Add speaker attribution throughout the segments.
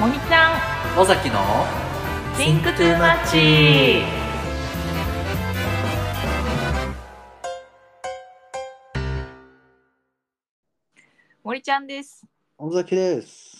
Speaker 1: もみちゃん
Speaker 2: 尾崎の
Speaker 1: Think Too Much 森ちゃんです
Speaker 2: 尾崎です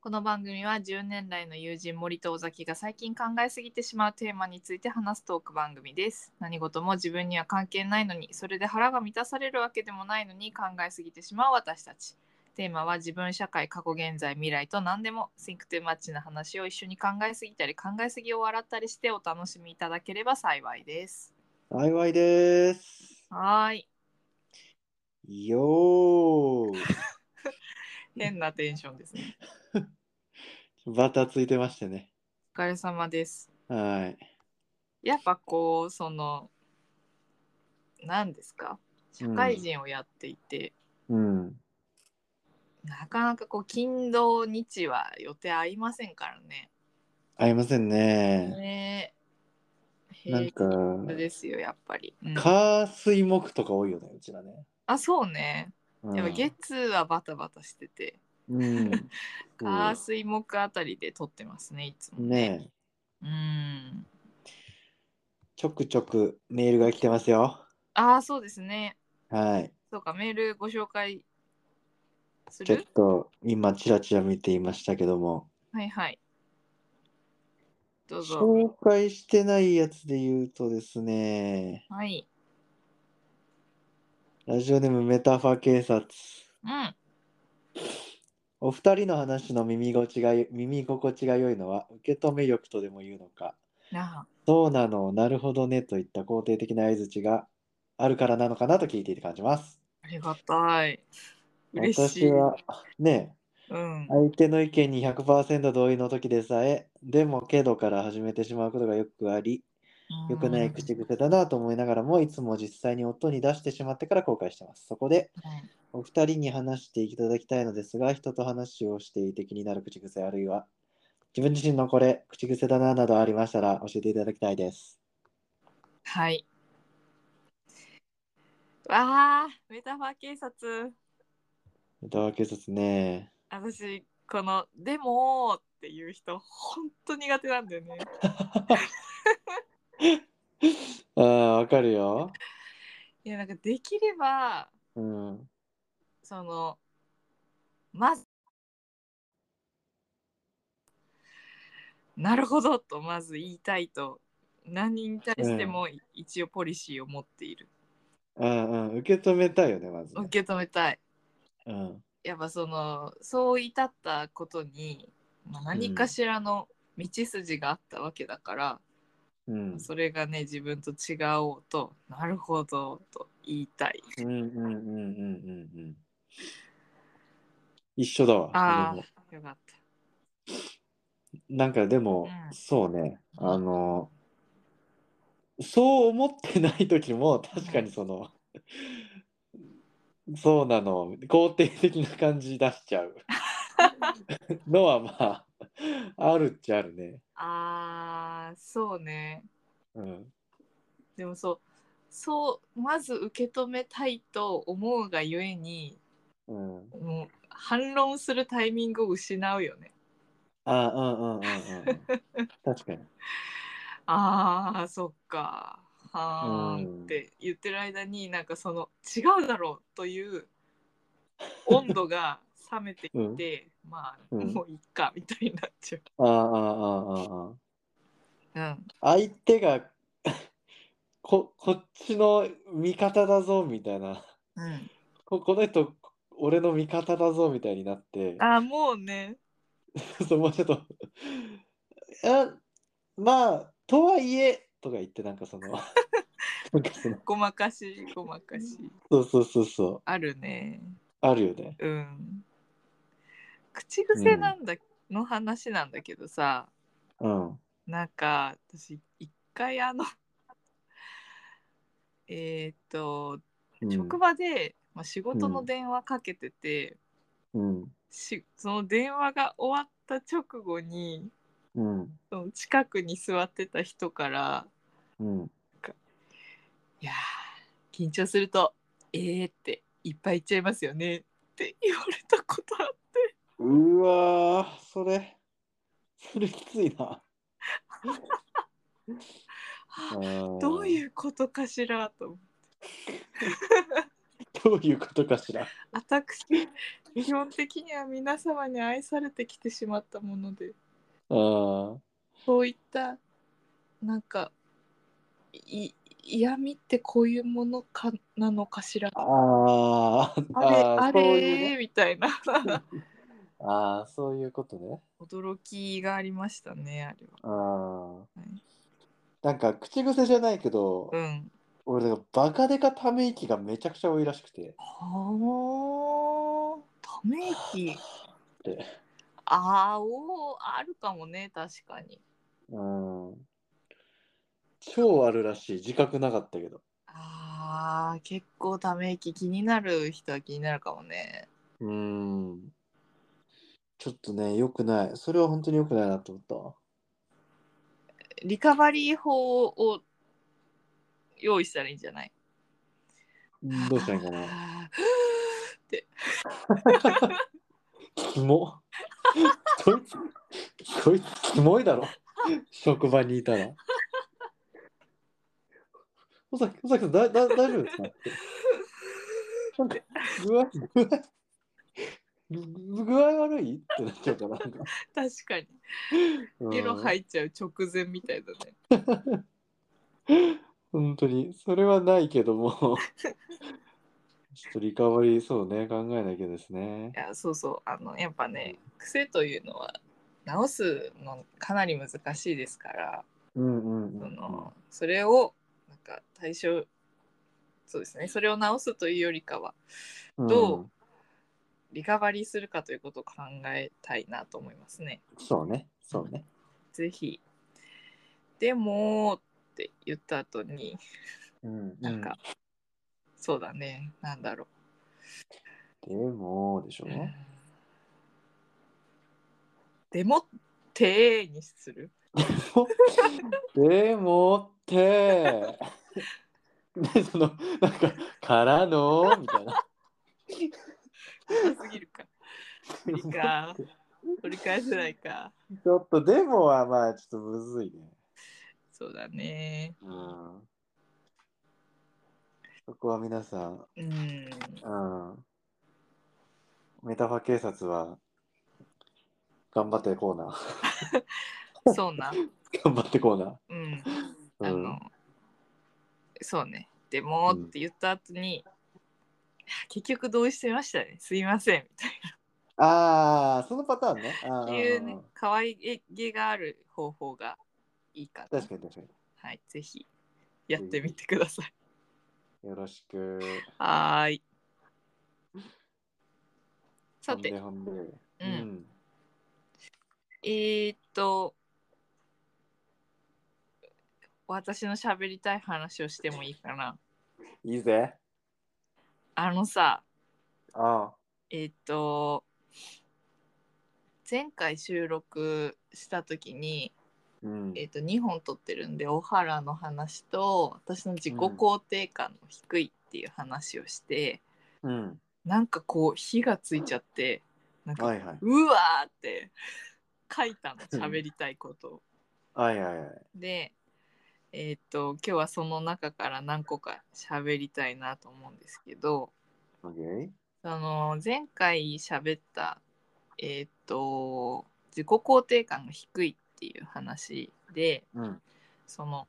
Speaker 1: この番組は10年来の友人森と尾崎が最近考えすぎてしまうテーマについて話すトーク番組です何事も自分には関係ないのにそれで腹が満たされるわけでもないのに考えすぎてしまう私たちテーマは自分社会過去現在未来と何でも Think to Match な話を一緒に考えすぎたり考えすぎを笑ったりしてお楽しみいただければ幸いです
Speaker 2: 幸いです
Speaker 1: はーい
Speaker 2: よー
Speaker 1: 変なテンションですね
Speaker 2: バタついてましてね
Speaker 1: お疲れ様です
Speaker 2: はい
Speaker 1: やっぱこうその何ですか社会人をやっていて、
Speaker 2: うん
Speaker 1: なかなかこう金土日は予定合いませんからね。
Speaker 2: 合いませんね
Speaker 1: ねえ。
Speaker 2: なんか
Speaker 1: 平日ですよやっぱり。うん
Speaker 2: 火水木とか多いよねうちらね
Speaker 1: あそうね。
Speaker 2: うん
Speaker 1: やっぱ月はバタバタしてて、
Speaker 2: うん
Speaker 1: 火水木あたりで撮ってますねいつもね。
Speaker 2: ねえ
Speaker 1: うん。
Speaker 2: ちょくちょくメールが来てますよ
Speaker 1: ああそうですね。
Speaker 2: はい
Speaker 1: そうかメールご紹介す
Speaker 2: ちょっ
Speaker 1: る
Speaker 2: と今ちらちら見ていましたけども
Speaker 1: はいはい。どうぞ。
Speaker 2: 紹介してないやつで言うとですね
Speaker 1: はい。
Speaker 2: ラジオネームメタファー警察
Speaker 1: うん。
Speaker 2: お二人の話の耳心地が耳心地が良いのは受け止め力とでも言うのか
Speaker 1: なあ
Speaker 2: そうなのなるほどねといった肯定的な相槌があるからなのかなと聞いていて感じます
Speaker 1: ありがたい。嬉しい。
Speaker 2: 私はね
Speaker 1: うん。
Speaker 2: 相手の意見に100%同意の時でさえでもけどから始めてしまうことがよくあり良くない口癖だなと思いながらもいつも実際に音に出してしまってから後悔してますそこで
Speaker 1: うん。はい
Speaker 2: お二人に話していただきたいのですが、人と話をしていて気になる口癖あるいは、自分自身のこれ、口癖だななどありましたら教えていただきたいです。
Speaker 1: はい。わあ、メタファー警察。
Speaker 2: 歌は警察 ね。
Speaker 1: 私、この、でもっていう人、本当苦手なんだよね。
Speaker 2: ああ、わかるよ。
Speaker 1: いや、なんかできれば、
Speaker 2: うん。
Speaker 1: その、まず、なるほどとまず言いたいと、何に対しても一応ポリシーを持っている。
Speaker 2: うんうん。受け止めたいよね、まずね。
Speaker 1: 受け止めたい。
Speaker 2: うん。
Speaker 1: やっぱそのそう至ったことに、まあ、何かしらの道筋があったわけだから、
Speaker 2: うん。
Speaker 1: それがね自分と違おうとなるほどと言いたい
Speaker 2: うんうんうんうんうんうん。一緒だわ。
Speaker 1: あ
Speaker 2: 俺も
Speaker 1: あよかっ
Speaker 2: なんかでも、
Speaker 1: うん
Speaker 2: そうね。あの、そう思ってない時も確かにその、そうなの肯定的な感じ出しちゃうのはまああるっちゃあるね。
Speaker 1: たあーそうね
Speaker 2: うん、
Speaker 1: でもそうそうまず受け止めたいと思うがゆえに
Speaker 2: うん、
Speaker 1: もう反論するタイミングを失うよね
Speaker 2: あうんうんうんうんうん。確かに。
Speaker 1: あーそっかはー
Speaker 2: うん
Speaker 1: んって言ってる間になんかその違うだろうという温度が冷めていて、まあ
Speaker 2: うん
Speaker 1: もういっかみたいになっちゃ
Speaker 2: ああああああ。
Speaker 1: う、うん、
Speaker 2: 相手がここっちの味方だぞみたいな。
Speaker 1: うん、
Speaker 2: ここの人俺の味方だぞみたいになって
Speaker 1: あーもうね
Speaker 2: そうもうちょっとあまあとはいえとか言ってなん かそのなんかその
Speaker 1: ごまかしごまかし
Speaker 2: そうそうそうそう
Speaker 1: あるね
Speaker 2: あるよね
Speaker 1: うん口癖なんだ、の話なんだけどさ
Speaker 2: うん
Speaker 1: なんか私一回あの えーっと
Speaker 2: うん
Speaker 1: 職場で、まあ、仕事
Speaker 2: う
Speaker 1: の
Speaker 2: ん
Speaker 1: 電話かけてて、
Speaker 2: うん
Speaker 1: しその電話が終わった直後に
Speaker 2: うん
Speaker 1: その近くに座ってた人から
Speaker 2: うん
Speaker 1: 「いやー緊張するとえー」っていっぱい言っちゃいますよねって言われたことある
Speaker 2: うわーそれそれきついな。
Speaker 1: どういううことかしらと思って
Speaker 2: どういうことかしら。
Speaker 1: 私基本的には皆様に愛されてきてしまったもので
Speaker 2: うん
Speaker 1: そういったなんかい嫌味ってこういうものかなのかしらあ
Speaker 2: あー
Speaker 1: れ
Speaker 2: あー
Speaker 1: あ
Speaker 2: そう
Speaker 1: れ、
Speaker 2: いうね
Speaker 1: みたいな
Speaker 2: ああそういうことね。
Speaker 1: 驚きがありましたねあれは。
Speaker 2: ああ
Speaker 1: い
Speaker 2: なんか口癖じゃないけど、
Speaker 1: うん、
Speaker 2: 俺なんかバカでかため息がめちゃくちゃ多いらしくて。
Speaker 1: はあため息
Speaker 2: で
Speaker 1: あーおーあるかもね確かに。
Speaker 2: うん超あるらしい自覚なかったけど。
Speaker 1: あー結構ため息気になる人は気になるかもね。
Speaker 2: うんちょっとね良くないそれは本当に良くないなと思ったわ。
Speaker 1: リカバリー法を用意したらいいんじゃない
Speaker 2: うんどうしたらいいか
Speaker 1: あ
Speaker 2: な。
Speaker 1: ー
Speaker 2: キモ。そいつ、そいつキモいだろ。職場にいたら。尾崎、尾崎さん、だ、だ、大丈夫ですか。なんか、具合、具合。ぐ具合悪いってなっちゃうから。なんか
Speaker 1: 確かに
Speaker 2: うん
Speaker 1: ゲロ入っちゃう直前みたいだね。
Speaker 2: 本当に、それはないけども。ちょっとリカバリー、そうね、考えなきゃですね
Speaker 1: い。やそうそうあのやっぱね癖というのは直すのかなり難しいですから
Speaker 2: うんうんうん。
Speaker 1: そのそれをなんか対象そうですねそれを直すというよりかは
Speaker 2: うん
Speaker 1: どうリカバリーするかということを考えたいなと思いますね。
Speaker 2: そうね、そうね。
Speaker 1: ぜひ。でもって言った後に、
Speaker 2: うん、
Speaker 1: なんか、そうだね、なんだろ
Speaker 2: でもでしょ
Speaker 1: う。でもってにする。
Speaker 2: でもって でそのなんか「からの」みたいな
Speaker 1: 長すぎるか。無理 か。取り返せないか。
Speaker 2: ちょっと「でも」はまあちょっとむずいね
Speaker 1: そうだね。
Speaker 2: うんそこは皆さん、
Speaker 1: うん。
Speaker 2: うん、メタファ警察は頑張ってこうな
Speaker 1: そうな。
Speaker 2: 頑張ってこうな
Speaker 1: うん。
Speaker 2: う
Speaker 1: あの、
Speaker 2: ん
Speaker 1: そうね。でもって言った後に、結局同意してましたね。すいません。みたいな。
Speaker 2: ああそのパターンねあー
Speaker 1: いうね、可愛げがある方法がいいかな。
Speaker 2: 確かに確かに
Speaker 1: はい、ぜひやってみてください。
Speaker 2: よろしく
Speaker 1: はーい。さて、
Speaker 2: ほんでほんで
Speaker 1: うんえー、っと、私の喋りたい話をしてもいいかな。
Speaker 2: うん、いいぜ
Speaker 1: あのさ、
Speaker 2: ああ
Speaker 1: えー、っと、前回収録した時に、
Speaker 2: うん
Speaker 1: えー、と2本撮ってるんでお原の話と私の自己肯定感の低いっていう話をして、
Speaker 2: うん
Speaker 1: なんかこう火がついちゃってなんか、
Speaker 2: はいはいう
Speaker 1: わーって書いたの喋りたいことを。
Speaker 2: はいはいはい
Speaker 1: でえっ、と今日はその中から何個か喋りたいなと思うんですけど
Speaker 2: オッケー
Speaker 1: その前回喋ったえっ、と自己肯定感が低いっていう話で。
Speaker 2: うん
Speaker 1: その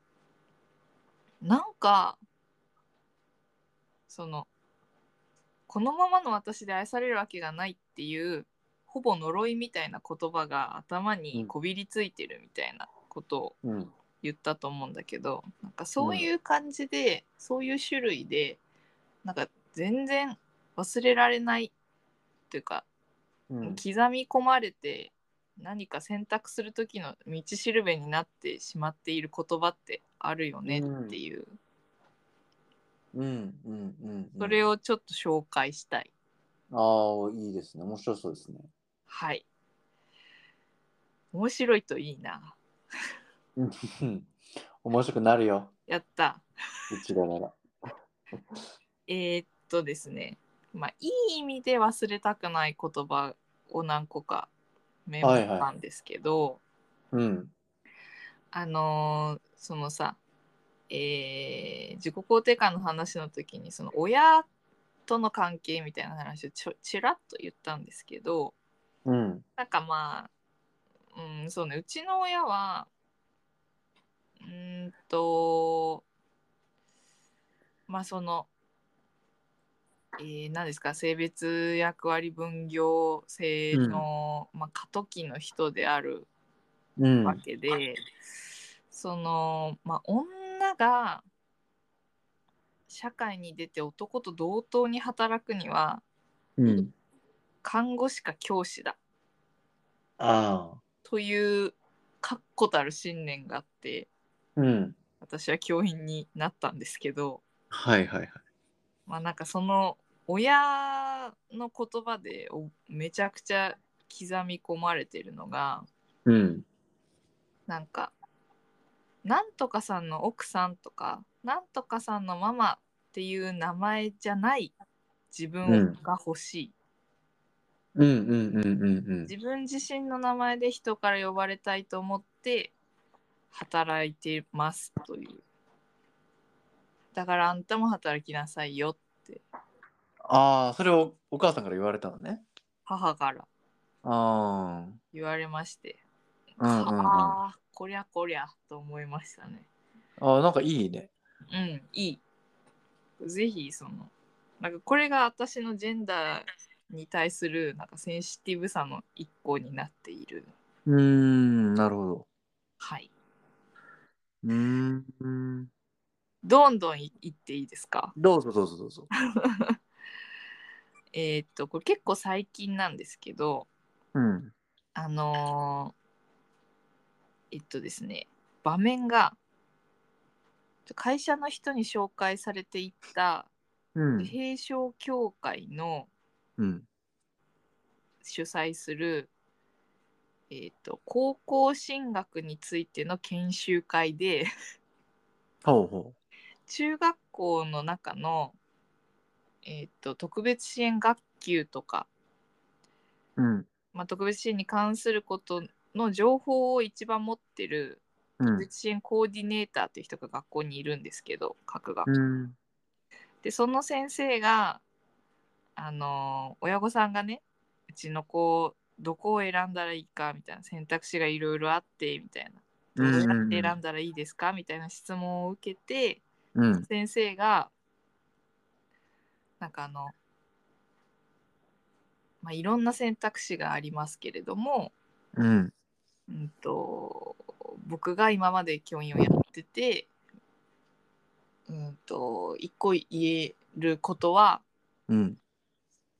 Speaker 1: なんかそのこのままの私で愛されるわけがないっていうほぼ呪いみたいな言葉が頭にこびりついてるみたいなことを
Speaker 2: うん
Speaker 1: 言ったと思うんだけどなんかそういう感じで、そういう種類でなんか全然忘れられないというか
Speaker 2: うん
Speaker 1: 刻み込まれて何か選択する時の道しるべになってしまっている言葉ってあるよねっていう、
Speaker 2: うんうんうん
Speaker 1: それ
Speaker 2: を
Speaker 1: をちょっと紹介したい。
Speaker 2: ああいいですね面白そうですね
Speaker 1: はい。面白いといいな。
Speaker 2: うん 面白くなるよ
Speaker 1: やった。
Speaker 2: うちらなら
Speaker 1: えー、っとですね、まあいい意味で忘れたくない言葉を何個かメモしたんですけど、
Speaker 2: うん。
Speaker 1: あのーそのさ、えー自己肯定感の話の時にその親との関係みたいな話をちょちらっと言ったんですけど
Speaker 2: うん。
Speaker 1: なんかまあ、うん、そうねうちの親はうーんとまあその、えー、何ですか性別役割分業制の、まあ、過渡期の人である
Speaker 2: うん。
Speaker 1: わけで、そのまあ女が社会に出て男と同等に働くには
Speaker 2: うん。
Speaker 1: 看護師か教師だ
Speaker 2: ああ。
Speaker 1: という確固たる信念があって
Speaker 2: うん。
Speaker 1: 私は教員になったんですけど
Speaker 2: はいはいはい。
Speaker 1: まあなんかその親の言葉でおめちゃくちゃ刻み込まれてるのが
Speaker 2: うん。
Speaker 1: なんかなんとかさんの奥さんとかなんとかさんのママっていう名前じゃない自分が欲しい、
Speaker 2: うんうんうんうん
Speaker 1: 自分自身の名前で人から呼ばれたいと思って働いてますというだからあんたも働きなさいよって
Speaker 2: ああ、それをお母さんから言われたのね。
Speaker 1: 母から
Speaker 2: あ
Speaker 1: 言われまして、
Speaker 2: あ。うんうんうん。あ
Speaker 1: ああこりゃこりゃと思いましたね
Speaker 2: あ、なんかいいね。
Speaker 1: うん、いい。ぜひ、その、なんかこれが私のジェンダーに対する、なんかセンシティブさの一個になっている。
Speaker 2: うーん、なるほど。
Speaker 1: はい。
Speaker 2: うーん。
Speaker 1: どんどんいいっていいですか
Speaker 2: どうぞどうぞどうぞ。
Speaker 1: えーっと、これ結構最近なんですけど、
Speaker 2: うん。
Speaker 1: あのーえっとですね、場面が、会社の人に紹介されていった
Speaker 2: うん
Speaker 1: 自。閉症協会の、
Speaker 2: うん。
Speaker 1: 主催する、えー、と高校進学についての研修会で
Speaker 2: ほうほ
Speaker 1: 中学校の中の、えー、と特別支援学級とか、
Speaker 2: う。うん。
Speaker 1: まあ、特別支援に関することの情報を一番持ってる
Speaker 2: う
Speaker 1: 特
Speaker 2: ん。
Speaker 1: 別支援コーディネーターという人が学校にいるんですけど各学校
Speaker 2: うん。
Speaker 1: でその先生があのー親御さんがねうちの子どこを選んだらいいかみたいな選択肢がいろいろあってみたいなどうやって選んだらいいですかみたいな質問を受けて
Speaker 2: うん。
Speaker 1: 先生がなんかあの、まあ、いろんな選択肢がありますけれども、
Speaker 2: うん。
Speaker 1: うん、と僕が今まで教員をやってて、うん、と一個言えることは
Speaker 2: うん。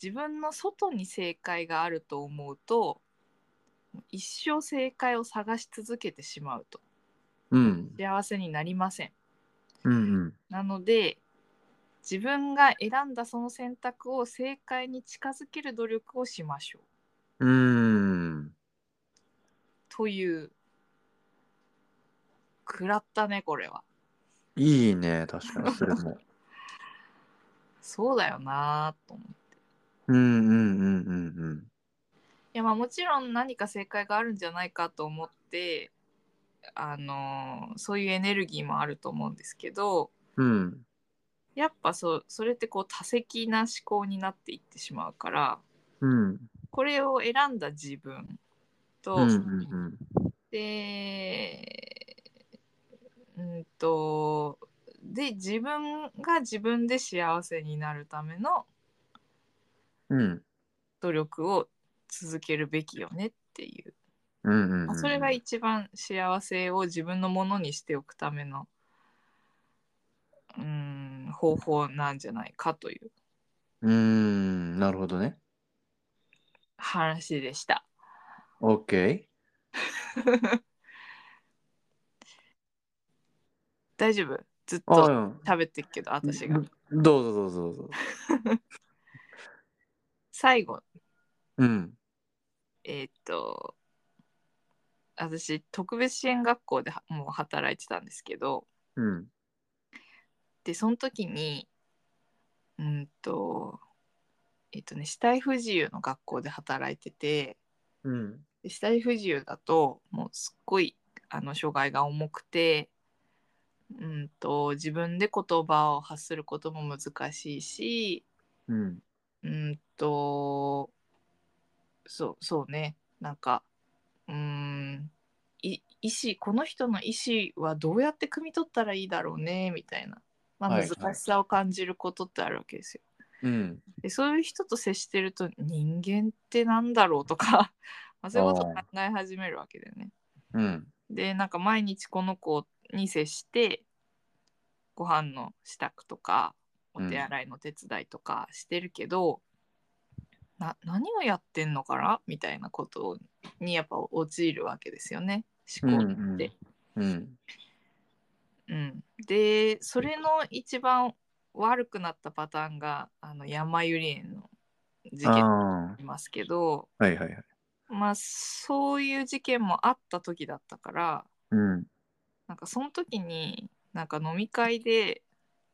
Speaker 1: 自分の外に正解があると思うと一生正解を探し続けてしまうと
Speaker 2: うん。
Speaker 1: 幸せになりません。
Speaker 2: うん。
Speaker 1: なので自分が選んだその選択を正解に近づける努力をしましょう
Speaker 2: うん。
Speaker 1: という食らったねこれは
Speaker 2: はいいね、確かに、それも。
Speaker 1: そうだよなぁと思う
Speaker 2: うんうんうんうんうん。
Speaker 1: いやまあもちろん何か正解があるんじゃないかと思ってあのーそういうエネルギーもあると思うんですけど
Speaker 2: うん。
Speaker 1: やっぱそうそれってこう多責な思考になっていってしまうから
Speaker 2: うん。
Speaker 1: これを選んだ自分と、
Speaker 2: うんうん
Speaker 1: でうんとで自分が自分で幸せになるための
Speaker 2: うん。うん。
Speaker 1: 努力を続けるべきよねっていう、
Speaker 2: うんうんう
Speaker 1: まあ
Speaker 2: ん。
Speaker 1: それが一番幸せを自分のものにしておくためのうん方法なんじゃないかという
Speaker 2: うーん、なるほどね。
Speaker 1: 話でした。
Speaker 2: OK。
Speaker 1: 大丈夫ずっ
Speaker 2: あ
Speaker 1: と
Speaker 2: うん。
Speaker 1: 喋ってるけど私が
Speaker 2: どどうぞどうぞどうぞ。
Speaker 1: 最後
Speaker 2: うん。
Speaker 1: えーっと私特別支援学校ではもう働いてたんですけど
Speaker 2: うん。
Speaker 1: でその時にうんとえーっとね肢体不自由の学校で働いてて
Speaker 2: うん。
Speaker 1: でで死体不自由だともうすっごいあの障害が重くて、うん、と自分で言葉を発することも難しいし、
Speaker 2: うん。
Speaker 1: うんとそうそうねなんかうんい意思この人の意思はどうやって汲み取ったらいいだろうねみたいな、まあ、
Speaker 2: はい
Speaker 1: 難しさを感じることってあるわけですよ。
Speaker 2: うん。
Speaker 1: でそういう人と接してると人間ってなんだろうとか まあそういうことを考え始めるわけだよね。
Speaker 2: うん。
Speaker 1: でなんか毎日この子に接してご飯の支度とかお手洗いの手伝いとかしてるけど、な何をやってんのかなみたいなことにやっぱ陥るわけですよね
Speaker 2: うん。
Speaker 1: 思
Speaker 2: う
Speaker 1: 考
Speaker 2: ん
Speaker 1: で。
Speaker 2: うん。
Speaker 1: うん、でそれの一番悪くなったパターンがあの山百合園の事
Speaker 2: あ
Speaker 1: 件あ
Speaker 2: あ
Speaker 1: りますけど
Speaker 2: ー。はいはいはい。
Speaker 1: まあそういう事件もあった時だったから
Speaker 2: うん。
Speaker 1: なんかその時になんか飲み会で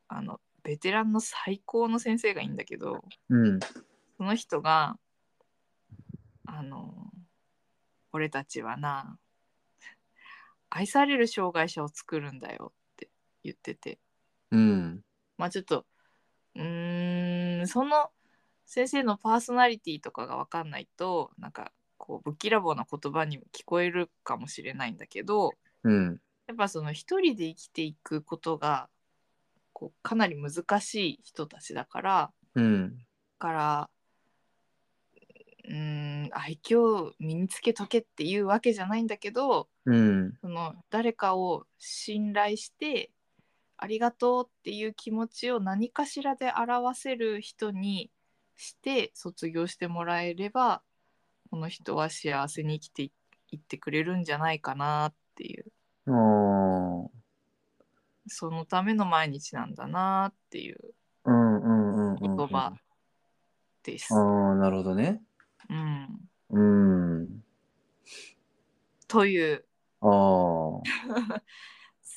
Speaker 1: あのベテランの最高の先生がいいんだけど
Speaker 2: うん。
Speaker 1: その人が「あの俺たちはな愛される障害者を作るんだよ」って言ってて
Speaker 2: うん。
Speaker 1: まあちょっとうーんその先生のパーソナリティとかが分かんないとなんかこうぶっきらぼうな言葉にも聞こえるかもしれないんだけど、
Speaker 2: うん。
Speaker 1: やっぱその一人で生きていくことがこうかなり難しい人たちだから
Speaker 2: うん。
Speaker 1: だからうーん愛嬌を身につけとけっていうわけじゃないんだけど
Speaker 2: うん。
Speaker 1: その誰かを信頼してありがとうっていう気持ちを何かしらで表せる人にして卒業してもらえればこの人は幸せに生きていいってくれるんじゃないかなっていう。
Speaker 2: ああ。
Speaker 1: そのための毎日なんだなっていう
Speaker 2: うんうんうんうん。
Speaker 1: 言葉です。
Speaker 2: ああ、なるほどね。
Speaker 1: うん、
Speaker 2: うん。
Speaker 1: という
Speaker 2: ああ。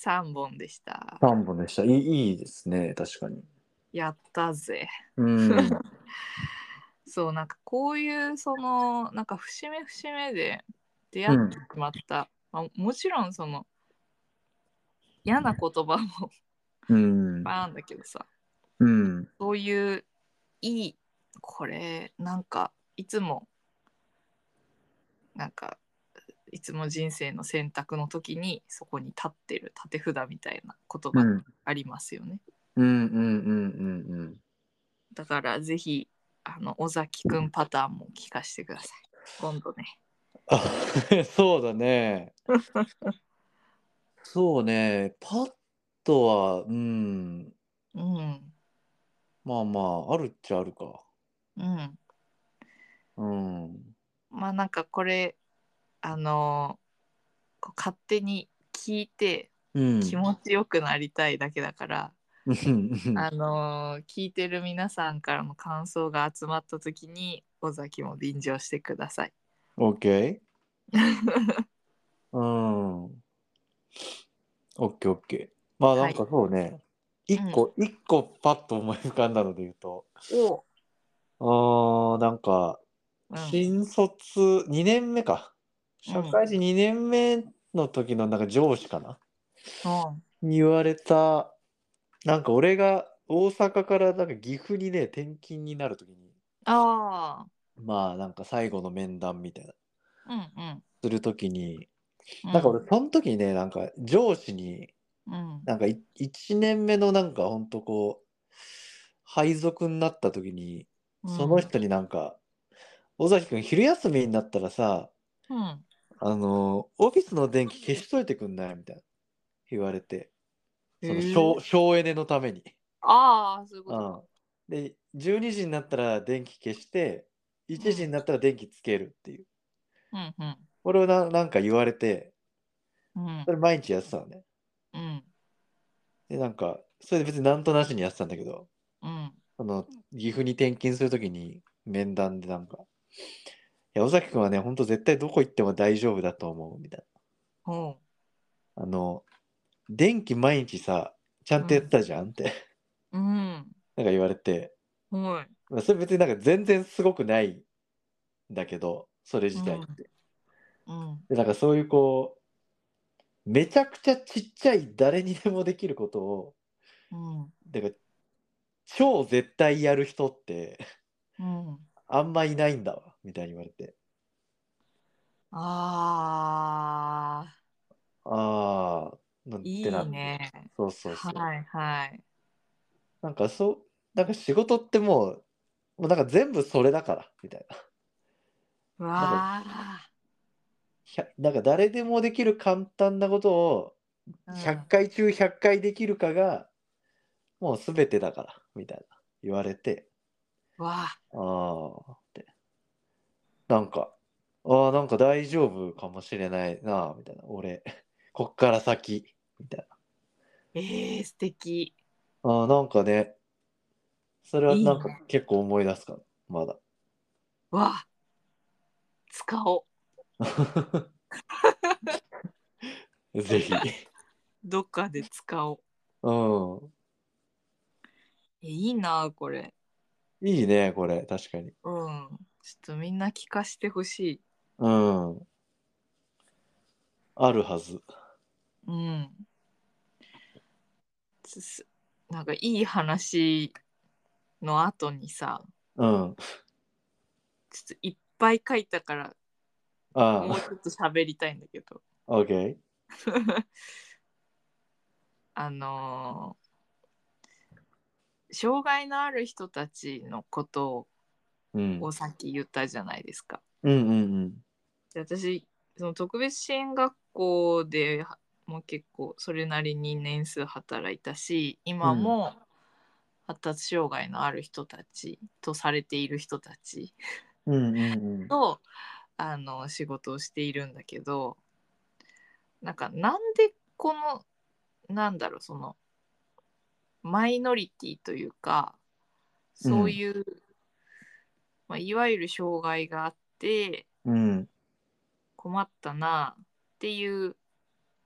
Speaker 1: 3本でした。
Speaker 2: 三本でした。いいいいですね、確かに。
Speaker 1: やったぜ。
Speaker 2: うん。
Speaker 1: そうなんかこういうそのなんか節目節目で出会ってしまった、まあ、もちろんその嫌な言葉も
Speaker 2: うん。
Speaker 1: あるんだけどさ
Speaker 2: うん。
Speaker 1: そういういいこれなんかいつもなんかいつも人生の選択の時にそこに立ってる立て札みたいな言
Speaker 2: う
Speaker 1: 葉
Speaker 2: ん。
Speaker 1: ありますよね、
Speaker 2: うんうんうんうんうん。
Speaker 1: だからぜひあの尾崎くんパターンも聞かせてください今度ね
Speaker 2: あ そうだ ね。そうね。パッとは、うん。
Speaker 1: うん
Speaker 2: まあまあ、あるっちゃあるか。
Speaker 1: うん
Speaker 2: うん。
Speaker 1: まあなんかこれあのこう勝手に聞いて
Speaker 2: うん。
Speaker 1: 気持ちよくなりたいだけだから、
Speaker 2: うん
Speaker 1: あのー聞いてる皆さんからの感想が集まった時に尾崎も便乗してください。
Speaker 2: OK? うん。OK, OK。まあなんかそうね。一個、一個パッと思い浮かんだので言うと。
Speaker 1: お、
Speaker 2: あーなんか、
Speaker 1: うん、
Speaker 2: 新卒2年目か。社会人2年目の時のなんか上司かな。に言われた、なんか俺が大阪からなんか岐阜にね、転勤になる時に、
Speaker 1: ああ
Speaker 2: まあなんか最後の面談みたいな、
Speaker 1: ー、うんうん
Speaker 2: する時に、
Speaker 1: うん。
Speaker 2: なんか俺その時にね、なんか上司に、
Speaker 1: うん、
Speaker 2: なんかい1年目のなんかほんとこう、配属になった時に、その人になんか、尾崎くん昼休みになったらさ、
Speaker 1: うん、うん、
Speaker 2: あの、オフィスの電気消しといてくんないみたいな言われて、その
Speaker 1: へえ
Speaker 2: 省省エネのために。
Speaker 1: ああ、そういうこ
Speaker 2: う
Speaker 1: と
Speaker 2: ん、で、12時になったら電気消して、1時になったら電気つけるっていう。
Speaker 1: か。うんうん
Speaker 2: 俺はななんか言われて、
Speaker 1: うん
Speaker 2: それ毎日やってたのね。
Speaker 1: うん
Speaker 2: で、なんか、それで別になんとなしにやってたんだけど、
Speaker 1: うん
Speaker 2: その岐阜に転勤するときに面談でなんか、いや、尾崎くんはね、ほんと絶対どこ行っても大丈夫だと思う、みたい
Speaker 1: ほう
Speaker 2: な。あの、電気毎日さ、ちゃんとやってたじゃんって、
Speaker 1: うん
Speaker 2: なんか言われて、
Speaker 1: ほい
Speaker 2: まあそれ別になんか全然すごくないんだけど、それ自体って。
Speaker 1: うん
Speaker 2: でなんかそういうこうめちゃくちゃちっちゃい誰にでもできることを
Speaker 1: うん
Speaker 2: だから超絶対やる人って
Speaker 1: うん
Speaker 2: あんまいないんだわみたいに言われて
Speaker 1: ああ
Speaker 2: ああなん
Speaker 1: い
Speaker 2: てないんで
Speaker 1: ね
Speaker 2: そうそうそう、
Speaker 1: はいはい
Speaker 2: なんかそうなんか仕事ってもうもうなんか全部それだからみたいな
Speaker 1: うわあ
Speaker 2: ひゃなんか誰でもできる簡単なことを100回中100回できるかがもう全てだからみたいな言われて
Speaker 1: うんわあ
Speaker 2: ああってなんかああなんか大丈夫かもしれないなみたいな俺 こっから先みたい
Speaker 1: えー、素敵
Speaker 2: なああなんかねそれはい
Speaker 1: いね
Speaker 2: なんか結構思い出すからまだ
Speaker 1: わあ使おう
Speaker 2: ぜひ
Speaker 1: どっかで使おう
Speaker 2: うん
Speaker 1: えいいなこれ
Speaker 2: いいねこれ確か
Speaker 1: う
Speaker 2: に
Speaker 1: んちょっとみんな聞かしてほし
Speaker 2: うんあるはず
Speaker 1: いうんつすなんかいい話の後にさ
Speaker 2: うん
Speaker 1: ちょっといっぱい書いたからもう
Speaker 2: あ
Speaker 1: ちょっと喋りたいんだけど
Speaker 2: あ OK
Speaker 1: あのー障害のある人たちのこと
Speaker 2: うん
Speaker 1: をさっき言ったじゃないですか。
Speaker 2: うんうん
Speaker 1: で私その特別支援学校ではもう結構それなりに年数働いたし今も発達障害のある人たちとされている人たち
Speaker 2: うんうんうんうん
Speaker 1: とあの仕事をしているんだけどなんかなんでこのなんだろうそのマイノリティというかそういう、まあ、いわゆる障害があって
Speaker 2: うん
Speaker 1: 困ったなっていう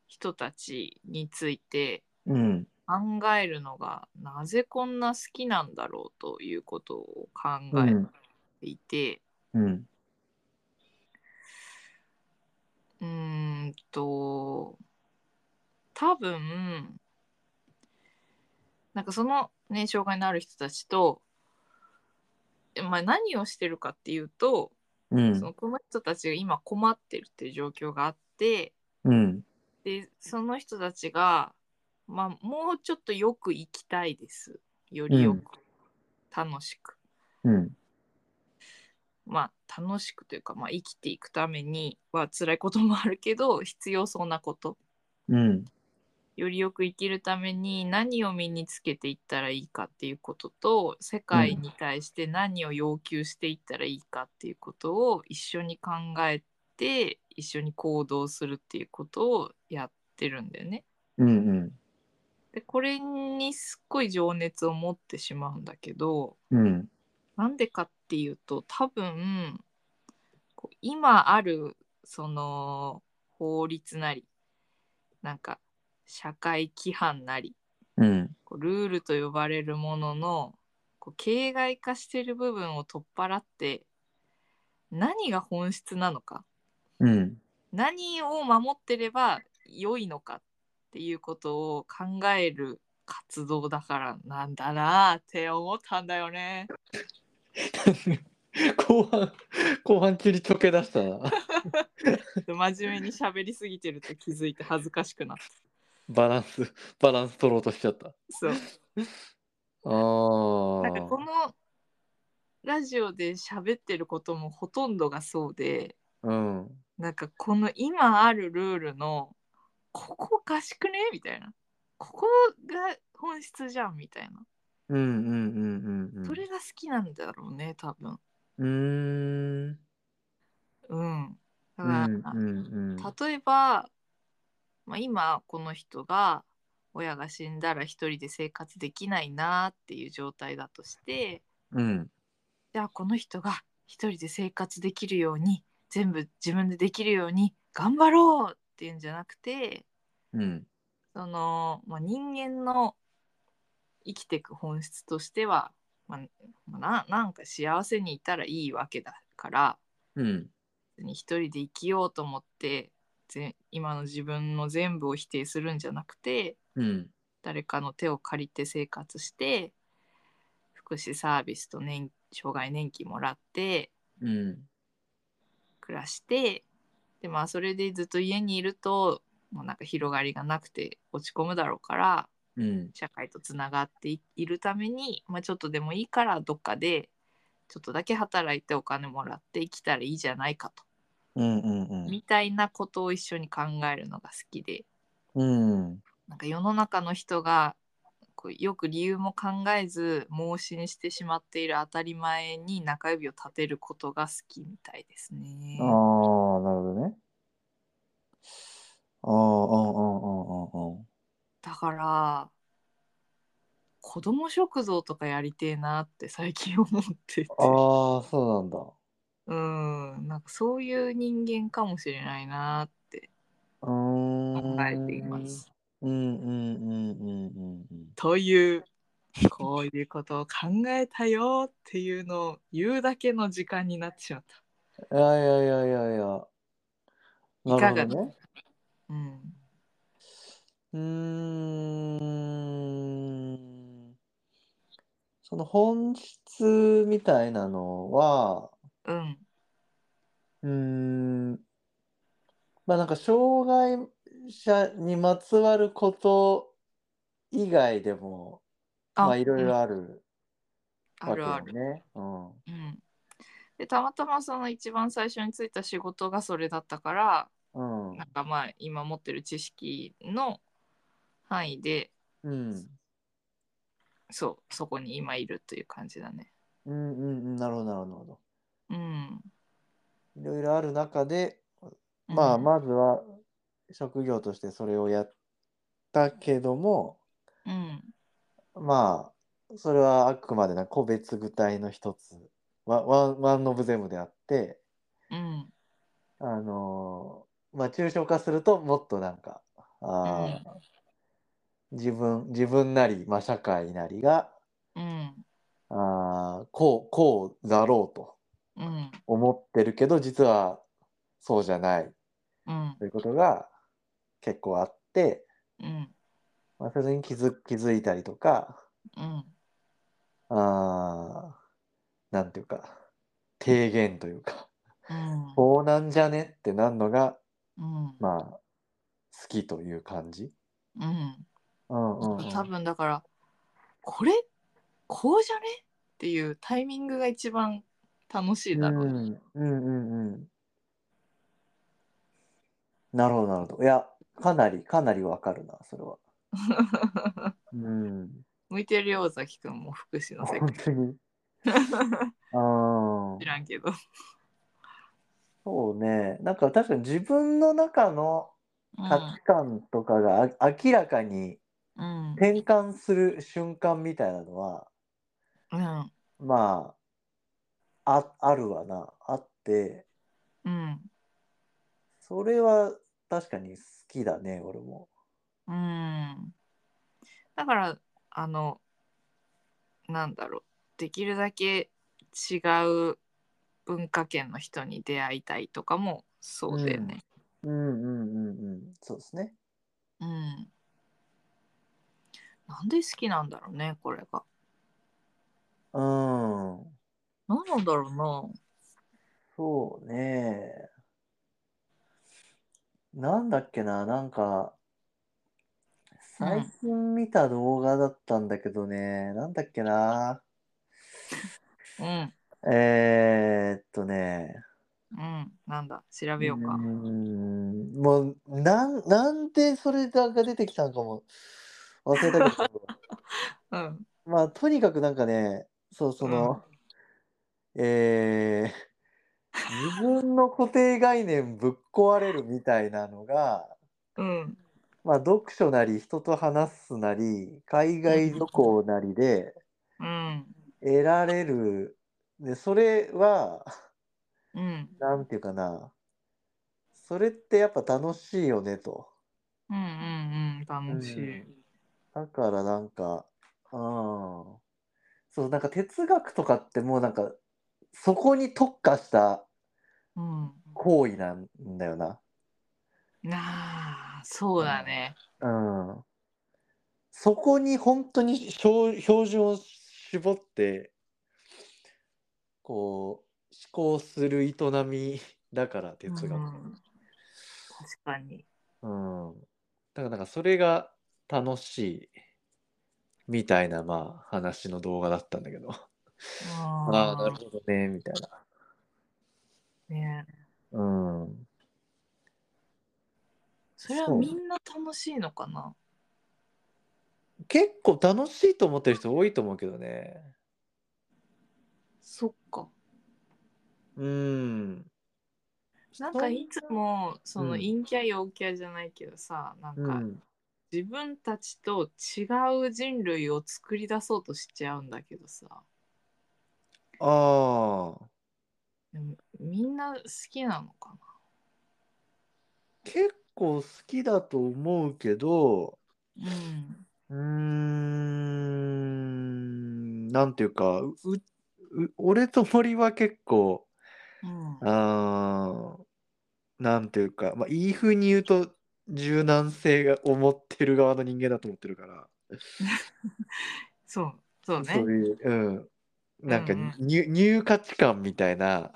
Speaker 1: 人たちについて
Speaker 2: うん
Speaker 1: 考えるのがなぜこんな好きなんだろうということを考
Speaker 2: う
Speaker 1: え
Speaker 2: ん
Speaker 1: ていて
Speaker 2: うん
Speaker 1: うーんと多分なんかそのね障害のある人たちと、まあ、何をしてるかっていうと、
Speaker 2: うん
Speaker 1: そのこの人たちが今困ってるっていう状況があって、
Speaker 2: うん
Speaker 1: でその人たちが、まあ、もうちょっとよく生きたいですよりよく、楽しく
Speaker 2: うん
Speaker 1: まあ楽しくというか、まあ、生きていくためには辛いこともあるけど 必要そうなこと
Speaker 2: うん
Speaker 1: よりよく生きるために何を身につけていったらいいかっていうことと世界に対して何を要求していったらいいかっていうことを一緒に考えて一緒に行動するっていうことをやってるんだよね。
Speaker 2: うんうん
Speaker 1: でこれにすっごい情熱を持ってしまうんだけど
Speaker 2: うん
Speaker 1: なんでかっていうと多分こう今あるその法律なりなんか社会規範なり
Speaker 2: うん
Speaker 1: こうルールと呼ばれるもののこう形骸化してる部分を取っ払って何が本質なのか
Speaker 2: うん
Speaker 1: 何を守ってれば良いのかっていうことを考える活動だからなんだなって思ったんだよね。
Speaker 2: 後半後半急にちょけ出したな
Speaker 1: 真面目に喋りすぎてると気づいて恥ずかしくなった。
Speaker 2: バランスバランス取ろうとしちゃった
Speaker 1: そう
Speaker 2: ああ
Speaker 1: なんかこのラジオで喋ってることもほとんどがそうで
Speaker 2: うん
Speaker 1: なんかこの今あるルールのここおかしくねみたいなここが本質じゃんみたいな
Speaker 2: うんうんうんうんうん
Speaker 1: それが好きなんだろうね多分。
Speaker 2: うーん
Speaker 1: うん。だ
Speaker 2: う
Speaker 1: から、
Speaker 2: んうんうん
Speaker 1: 例えば、まあ、今この人が親が死んだら一人で生活できないなっていう状態だとして
Speaker 2: うん
Speaker 1: じゃあこの人が一人で生活できるように全部自分でできるように頑張ろうっていうんじゃなくて
Speaker 2: うん
Speaker 1: その、まあ、人間の生きていく本質としては、まあ、まあななんか幸せにいたらいいわけだから
Speaker 2: うん
Speaker 1: に一人で生きようと思ってぜ今の自分の全部を否定するんじゃなくて
Speaker 2: うん。
Speaker 1: 誰かの手を借りて生活して福祉サービスと年障害年金もらって
Speaker 2: うん。
Speaker 1: 暮らしてでまあそれでずっと家にいるともうなんか広がりがなくて落ち込むだろうから
Speaker 2: うん。
Speaker 1: 社会とつながっていいるために、まあ、ちょっとでもいいからどっかでちょっとだけ働いてお金もらって生きたらいいじゃないかと、
Speaker 2: うん。うん
Speaker 1: みたいなことを一緒に考えるのが好きで
Speaker 2: うん。うん。
Speaker 1: なんか世の中の人がこうよく理由も考えず盲信してしまっている当たり前に中指を立てることが好きみたいですね。
Speaker 2: ああ、なるほどね。ああ、うんうんうんうんうん。
Speaker 1: だから子供食堂とかやりてえなって最近思ってて。
Speaker 2: ああ、そうなんだ。
Speaker 1: うん、なんかそういう人間かもしれないなって
Speaker 2: うー
Speaker 1: 考
Speaker 2: ん。
Speaker 1: えています。
Speaker 2: うんうんうんうんうんうん。
Speaker 1: というこういうことを考えたよっていうのを言うだけの時間になってしまっ
Speaker 2: いやいやいやいやいや。
Speaker 1: た。いかが
Speaker 2: なるほどね。
Speaker 1: うん、
Speaker 2: うーん。その本質みたいなのは、
Speaker 1: うん、
Speaker 2: うーん。まあなんか障害者にまつわること以外でも、
Speaker 1: あ
Speaker 2: まあいろい
Speaker 1: うん
Speaker 2: ろある
Speaker 1: あ
Speaker 2: わ
Speaker 1: る
Speaker 2: けよ
Speaker 1: ある。
Speaker 2: ね。うん。
Speaker 1: うん、でたまたまその一番最初についた仕事がそれだったから
Speaker 2: うん。
Speaker 1: なんかまあ今持ってる知識の範囲で
Speaker 2: うん。
Speaker 1: そうそこに今いるという感じだね。
Speaker 2: うんうんうん。なるほどなるほどなるほど。
Speaker 1: うん、
Speaker 2: いろいろある中で、まあ、
Speaker 1: うん、
Speaker 2: まずは職業としてそれをやったけども、
Speaker 1: うん、
Speaker 2: まあ、それはあくまでな個別具体の一つ、ワワンワンオブゼムであって、
Speaker 1: うん
Speaker 2: あのーまあ、抽象化するともっとなんか、あー自分、自分なり、まあ、社会なりが、
Speaker 1: うん
Speaker 2: あーこう、こうだろうと
Speaker 1: うん
Speaker 2: 思ってるけど、実はそうじゃない
Speaker 1: うん
Speaker 2: ということが結構あって、
Speaker 1: うん
Speaker 2: まあ、それに気づ気づいたりとか、
Speaker 1: うん
Speaker 2: あーなんていうか、提言というか、
Speaker 1: うん
Speaker 2: こうなんじゃねってなんのが、
Speaker 1: うん
Speaker 2: まあ、好きという感じ。
Speaker 1: うん
Speaker 2: うんうんうん、
Speaker 1: 多分だからこれこうじゃねっていうタイミングが一番楽しいだろう
Speaker 2: う
Speaker 1: ね、
Speaker 2: んうんうんうん。なるほど、なるほど。いや、かなり、かなりわかるな、それは。うん。
Speaker 1: 向いてるよ尾崎くんも福祉の 世
Speaker 2: 本
Speaker 1: 界
Speaker 2: 当に。ああ
Speaker 1: 知。らんけど、
Speaker 2: そうね。なんか確かに自分の中の
Speaker 1: う
Speaker 2: 価
Speaker 1: ん
Speaker 2: 値観とかがあ明らかに
Speaker 1: うん
Speaker 2: 転換する瞬間みたいなのは
Speaker 1: うん
Speaker 2: まあああるわなあって
Speaker 1: うん
Speaker 2: それは確かに好きだね俺も。
Speaker 1: うんだからあのなんだろうできるだけ違う文化圏の人に出会いたいとかもそうだよね。
Speaker 2: うんうんうんうんそうですね。
Speaker 1: うん、なんで好きなんだろうねこれが。
Speaker 2: うん
Speaker 1: 何なんだろうな。
Speaker 2: そうね。なんだっけななんか最近見た動画だったんだけどね、なんだっけな
Speaker 1: うん
Speaker 2: えー、っとね
Speaker 1: うんなんだ調べようか。
Speaker 2: うーんもうなんなんでそれが出てきたのかも忘れたけど
Speaker 1: うん
Speaker 2: まあとにかくなんかねそうその、えー、自分の固定概念ぶっ壊れるみたいなのが、
Speaker 1: うん
Speaker 2: まあ、読書なり人と話すなり海外旅行なりで
Speaker 1: うん
Speaker 2: 得られるでそれは
Speaker 1: うん
Speaker 2: なんていうかなそれってやっぱ楽しいよねと。
Speaker 1: うんうんうん楽しい。
Speaker 2: だからなんか、うん、そう、なんか哲学とかってもうなんか、そこに特化した
Speaker 1: うん
Speaker 2: 行為なんだよな。
Speaker 1: なあ、そうだね。
Speaker 2: うん。そこに本当に標標準を絞って、こう、思考する営みだから、哲学。
Speaker 1: うん確かに。
Speaker 2: うん。だからなんかそれが楽しいみたいなまあ話の動画だったんだけど。ああ、なるほどね、みたい
Speaker 1: ど。ねえ
Speaker 2: な。うん。
Speaker 1: それは
Speaker 2: そう
Speaker 1: みんな楽しいのかな
Speaker 2: 結構楽しいと思ってる人多いと思うけどね。
Speaker 1: そっか。
Speaker 2: うん。
Speaker 1: なんかいつもその
Speaker 2: うん
Speaker 1: 陰キャ陽キャじゃないけどさ、
Speaker 2: う
Speaker 1: なんか
Speaker 2: ん。
Speaker 1: 自分たちと違う人類を作り出そうとしちゃうんだけどさ
Speaker 2: ああ。
Speaker 1: でもみんな好きなのか
Speaker 2: 結構好きだと思うけど、
Speaker 1: なうん
Speaker 2: うーん、なんていうか、うう俺と森は結構、
Speaker 1: うん
Speaker 2: あーなんていうか、まあ、いい風に言うと柔軟性が思ってる側の人間だと思ってるから、
Speaker 1: そうそうね
Speaker 2: そういう、うん、なんか
Speaker 1: うんうん
Speaker 2: ニュニュー価値観みたいな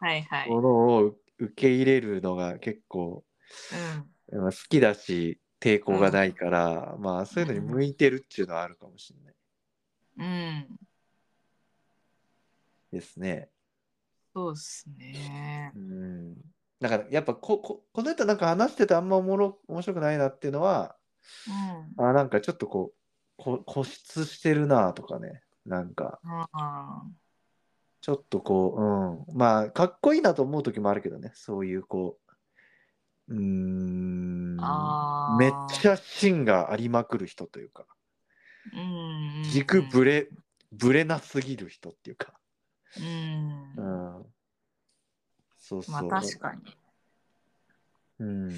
Speaker 1: はいはい、う
Speaker 2: ものを受け入れるのが結構
Speaker 1: ん、
Speaker 2: まあ好きだし、抵抗がないから、まあそういうのに向いてるっていうのはあるかもしれない
Speaker 1: うん、
Speaker 2: ですね。
Speaker 1: そうっすね
Speaker 2: うん。だからやっぱこここの人なんか話しててあんまおもろ面白くないなっていうのは、
Speaker 1: うん
Speaker 2: あなんかちょっとこうこ固執してるなとかねなんか
Speaker 1: ああ
Speaker 2: ちょっとこう、うん、まあかっこいいなと思う時もあるけどねそういうこううーん
Speaker 1: あー
Speaker 2: めっちゃ芯がありまくる人というか
Speaker 1: うんうん
Speaker 2: 軸ぶれぶれなすぎる人っていうか、
Speaker 1: うん
Speaker 2: う、ん、そうそう、
Speaker 1: まあ確かに
Speaker 2: うん、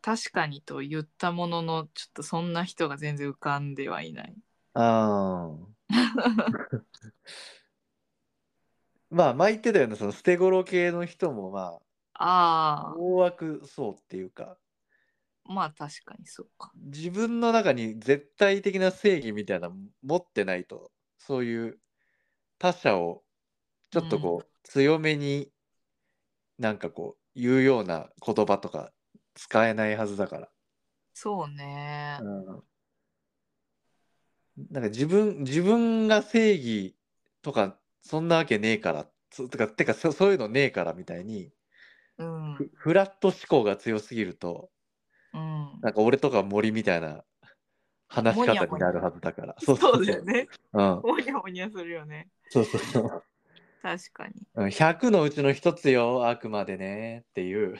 Speaker 1: 確かにと言ったもののちょっとそんな人が全然浮かんではいない
Speaker 2: あーまあ前言ってたようなその捨て頃系の人もまあ
Speaker 1: ああ
Speaker 2: 大枠そうっていうか
Speaker 1: まあ確かにそうか
Speaker 2: 自分の中に絶対的な正義みたいなの持ってないとそういう他者をちょっとこう、強めになんかこう言うような言葉とか使えないはずだから、
Speaker 1: そうね
Speaker 2: なんか自分自分が正義とかそんなわけねえからつとかてかそそういうのねえからみたいに
Speaker 1: うん
Speaker 2: フフラット思考が強すぎると
Speaker 1: うん
Speaker 2: なんか俺とか森みたいな話し方になるはずだから。そ
Speaker 1: そうだよ。ね
Speaker 2: うん。
Speaker 1: もにゃもにゃするよね
Speaker 2: そうそうそう。
Speaker 1: 確かに
Speaker 2: うん100のうちの一つよ、あくまでね。っていう。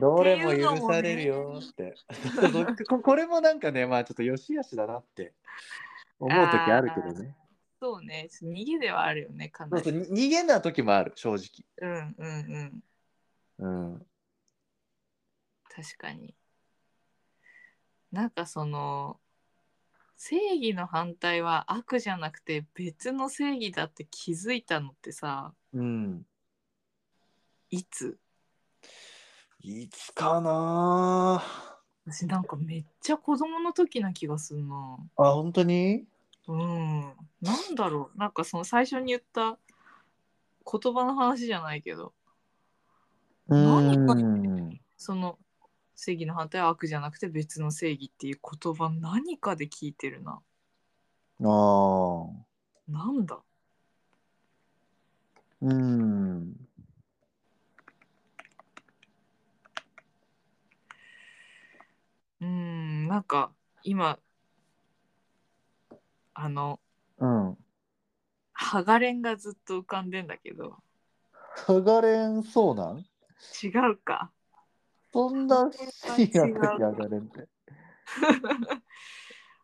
Speaker 2: どれも許されるよって。そう そうここれもなんかね、まあちょっとよしあしだなって思う時あるけどね。
Speaker 1: そうね逃げではあるよねか
Speaker 2: そ
Speaker 1: な
Speaker 2: うそう
Speaker 1: り
Speaker 2: に逃げな時もある、正直。
Speaker 1: うんうんうん
Speaker 2: うん。
Speaker 1: 確かになんかその正義の反対は悪じゃなくて別の正義だって気づいたのってさ
Speaker 2: うん。
Speaker 1: いつ
Speaker 2: いつかな
Speaker 1: 私なんかめっちゃ子供の時な気がすんな
Speaker 2: あ、本当に
Speaker 1: うんなんだろうなんかその最初に言った言葉の話じゃないけど何か
Speaker 2: うん。
Speaker 1: その正義の反対は悪じゃなくて別の正義っていう言葉何かで聞いてるな
Speaker 2: ああ。
Speaker 1: なんだ
Speaker 2: うん。
Speaker 1: うんなんか今あの
Speaker 2: うん。
Speaker 1: ハガレンがずっと浮かんでんだけど
Speaker 2: ハガレンそうなん
Speaker 1: 違うか
Speaker 2: そんなシーンあった
Speaker 1: 違う
Speaker 2: っけハガレンって。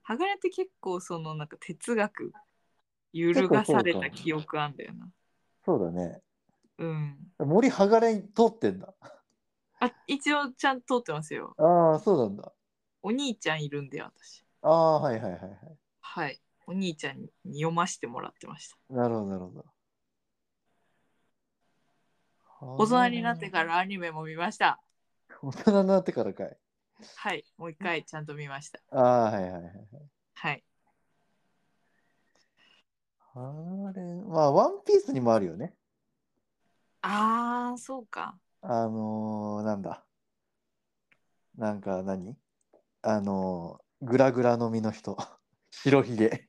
Speaker 1: ハガレンって結構そのなんか哲学揺るがされた記憶あんだよな
Speaker 2: そうだね。
Speaker 1: うん
Speaker 2: 森ハガレン通ってんだ。
Speaker 1: あ一応ちゃんと通ってますよ
Speaker 2: ああ、そうなんだ。
Speaker 1: お兄ちゃんいるんで私
Speaker 2: ああ、はいはいはいはい。
Speaker 1: はいお兄ちゃんに読ませてもらってました
Speaker 2: なるほどなるほど。
Speaker 1: 大人になってからアニメも見ました。
Speaker 2: 大人になってからかい。
Speaker 1: はい、もう一回ちゃんと見ました。
Speaker 2: ああ、はいはいはい。
Speaker 1: はい。
Speaker 2: あれ、まあ、ワンピースにもあるよね。
Speaker 1: ああ、そうか。
Speaker 2: あのー、なんだ。なんか何あのー、グラグラの実の人。 白ひげ。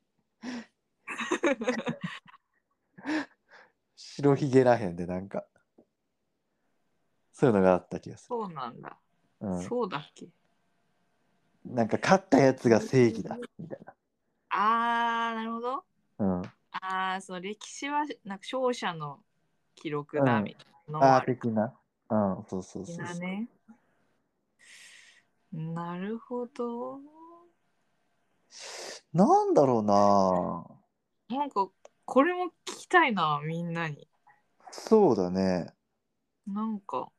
Speaker 2: 白ひげらへんで、なんか。そういうのがあった気がする。
Speaker 1: そうなんだ。
Speaker 2: う
Speaker 1: そうだっけ。
Speaker 2: ん、なんか、勝ったやつが正義だ。みたい
Speaker 1: ああ、なるほど。
Speaker 2: な。うん。
Speaker 1: ああ、その歴史はなんか勝者の記録だ
Speaker 2: うん
Speaker 1: みたいなのも
Speaker 2: あ
Speaker 1: あ
Speaker 2: あ、
Speaker 1: る
Speaker 2: 的な。うん、そうそうそ
Speaker 1: 的
Speaker 2: うそう
Speaker 1: な。ね。なるほど。
Speaker 2: なんだろうな
Speaker 1: なんかこれも聞きたいな、みんなに。
Speaker 2: そうだね。
Speaker 1: なんか。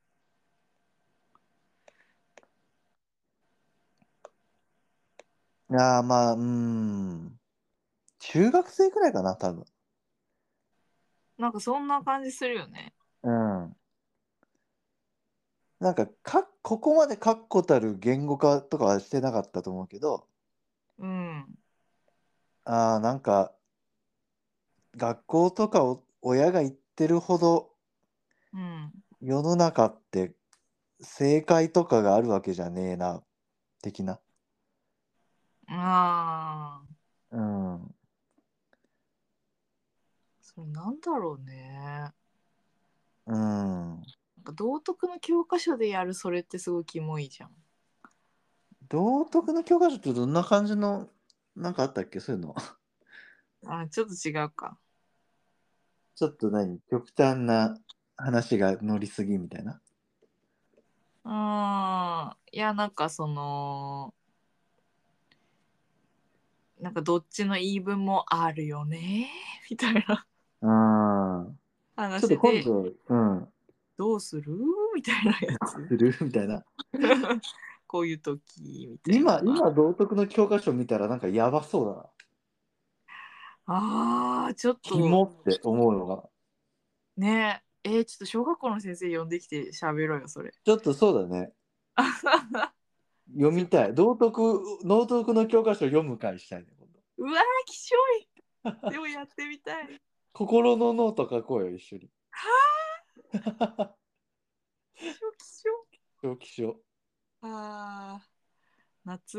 Speaker 2: ああ、まあ、うん。中学生くらいかな、多分。
Speaker 1: なんかそんな感じするよね。
Speaker 2: うん。なんか、か、ここまで確固たる言語化とかはしてなかったと思うけど、
Speaker 1: うん。
Speaker 2: ああ、なんか、学校とかお親が言ってるほど
Speaker 1: うん。
Speaker 2: 世の中って正解とかがあるわけじゃねえな、的な。
Speaker 1: ああ。
Speaker 2: うん。
Speaker 1: それなんだろうね。
Speaker 2: うん。
Speaker 1: なんか道徳の教科書でやるそれってすごいキモいじゃん。
Speaker 2: 道徳の教科書ってどんな感じのなんかあったっけそういうの
Speaker 1: あーちょっと違うか。
Speaker 2: ちょっと何極端な話が乗りすぎみたいな
Speaker 1: うん。いや、なんかその、なんかどっちの言い分もあるよね、 みたいな
Speaker 2: うんちょ
Speaker 1: 話
Speaker 2: っと
Speaker 1: で、
Speaker 2: 今度うん
Speaker 1: どうするみたいなやつ。
Speaker 2: するみたいな
Speaker 1: こういう時みたいな。
Speaker 2: 今今道徳の教科書見たらなんかやばそうだな
Speaker 1: ああ、ちょっ
Speaker 2: キ
Speaker 1: と、
Speaker 2: モって思うのが
Speaker 1: ねえ、えーちょっと小学校の先生呼んできて喋ろうよ、それ。
Speaker 2: ちょっとそうだね読みたい道徳道徳の教科書読む会したいね今度
Speaker 1: うわー、きしょ い。でもやってみたい。
Speaker 2: 心のノート書こうよ一緒には
Speaker 1: きしょきしょ。
Speaker 2: 狂気しよ
Speaker 1: ああ、夏、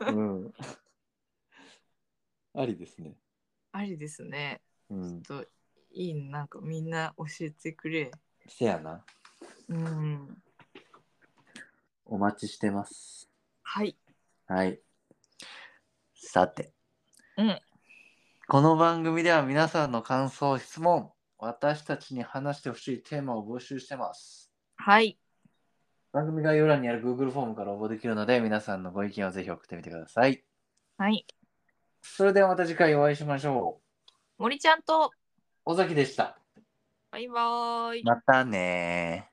Speaker 2: ううん ありですね
Speaker 1: ありですね。
Speaker 2: うん
Speaker 1: ちょっと、いいね、なんかみんな教えてくれ。
Speaker 2: せやな
Speaker 1: うん。
Speaker 2: お待ちしてます。
Speaker 1: はい。
Speaker 2: はい。さて。
Speaker 1: うん。
Speaker 2: この番組では皆さんの感想、質問、私たちに話してほしいテーマを募集してます。
Speaker 1: はい。
Speaker 2: 番組概要欄にある Google フォームから応募できるので、皆さんのご意見をぜひ送ってみてください。
Speaker 1: はい。
Speaker 2: それではまた次回お会いしましょ
Speaker 1: 森ちゃんと、
Speaker 2: う。尾崎でした。
Speaker 1: バイバーイ。
Speaker 2: またねー